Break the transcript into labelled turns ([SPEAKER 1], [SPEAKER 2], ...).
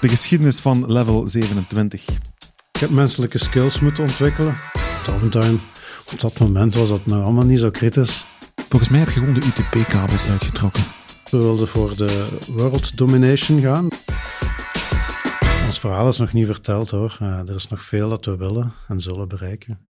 [SPEAKER 1] De geschiedenis van level 27.
[SPEAKER 2] Ik heb menselijke skills moeten ontwikkelen. Downtown. Op dat moment was dat nou allemaal niet zo kritisch.
[SPEAKER 1] Volgens mij heb je gewoon de UTP-kabels uitgetrokken.
[SPEAKER 2] We wilden voor de world domination gaan. Ons verhaal is nog niet verteld hoor. Eh, er is nog veel dat we willen en zullen bereiken.